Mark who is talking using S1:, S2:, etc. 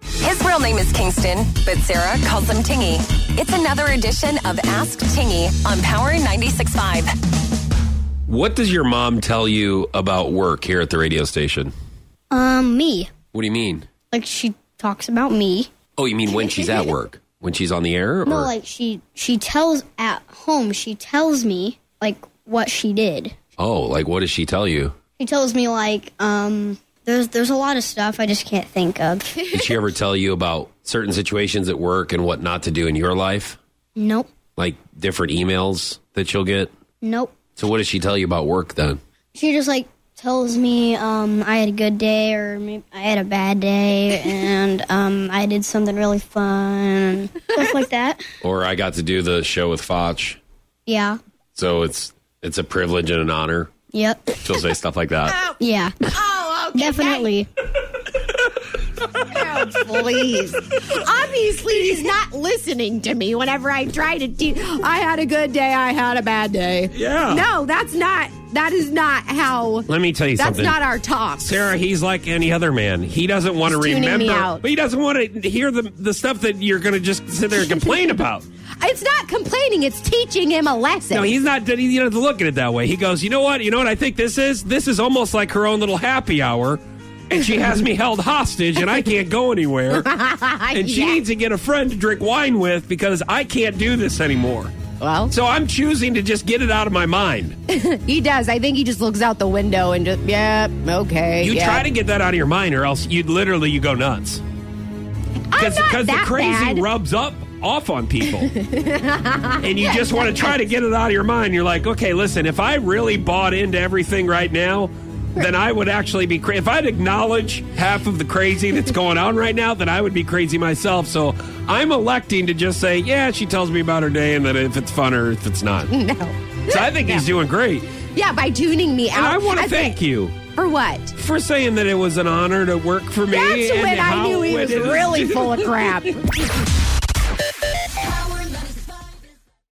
S1: His real name is Kingston, but Sarah calls him Tingy. It's another edition of Ask Tingy on Power 96.5.
S2: What does your mom tell you about work here at the radio station?
S3: Um, me.
S2: What do you mean?
S3: Like she talks about me.
S2: Oh, you mean when she's at work? When she's on the air? Or?
S3: No, like she she tells at home. She tells me like what she did.
S2: oh, like what does she tell you?
S3: She tells me like um there's there's a lot of stuff I just can't think of.
S2: Did she ever tell you about certain situations at work and what not to do in your life?
S3: nope.
S2: Like different emails that you'll get?
S3: Nope.
S2: So what does she tell you about work then?
S3: She just like tells me um I had a good day or maybe I had a bad day and um I did something really fun and stuff like that.
S2: Or I got to do the show with Foch,
S3: Yeah.
S2: so it's it's a privilege and an honor.
S3: Yep.
S2: She'll say stuff like that.
S3: Yeah.
S4: Oh, okay.
S3: Definitely.
S4: Oh, please. Obviously, he's not listening to me whenever I try to de- I had a good day, I had a bad day.
S2: Yeah.
S4: No, that's not, that is not how,
S2: Let me tell you
S4: that's
S2: something.
S4: not our talk.
S2: Sarah, he's like any other man. He doesn't want to
S4: He's tuning me
S2: remember,
S4: out.
S2: but he doesn't want to hear the the stuff that you're going to just sit there and complain about.
S4: It's not complaining, it's teaching him a lesson.
S2: No, he's not. He doesn't look at it that way. He goes, you know what? You know what? I think this is this is almost like her own little happy hour, and she has me held hostage, and I can't go anywhere. And she
S4: Yeah.
S2: needs to get a friend to drink wine with because I can't do this anymore.
S4: Well,
S2: So I'm choosing to just get it out of my mind.
S4: he does. I think he just looks out the window and just, yep, okay.
S2: You
S4: yeah.
S2: try to get that out of your mind, or else you'd literally you go nuts.
S4: I'm not
S2: Because the
S4: that
S2: crazy
S4: bad.
S2: rubs up off on people, and you just want to try to get it out of your mind. You're like, okay, listen, if I really bought into everything right now. Then I would actually be crazy. If I'd acknowledge half of the crazy that's going on right now, then I would be crazy myself. So I'm electing to just say, yeah, she tells me about her day and then if it's fun or if it's not. So
S4: no.
S2: I think he's doing great.
S4: Yeah, by tuning me
S2: And
S4: out.
S2: I want to
S4: That's it.
S2: thank you
S4: For what?
S2: for saying that it was an honor to work for me.
S4: That's
S2: and
S4: when I
S2: how
S4: knew he
S2: it
S4: was
S2: is-
S4: really full of crap.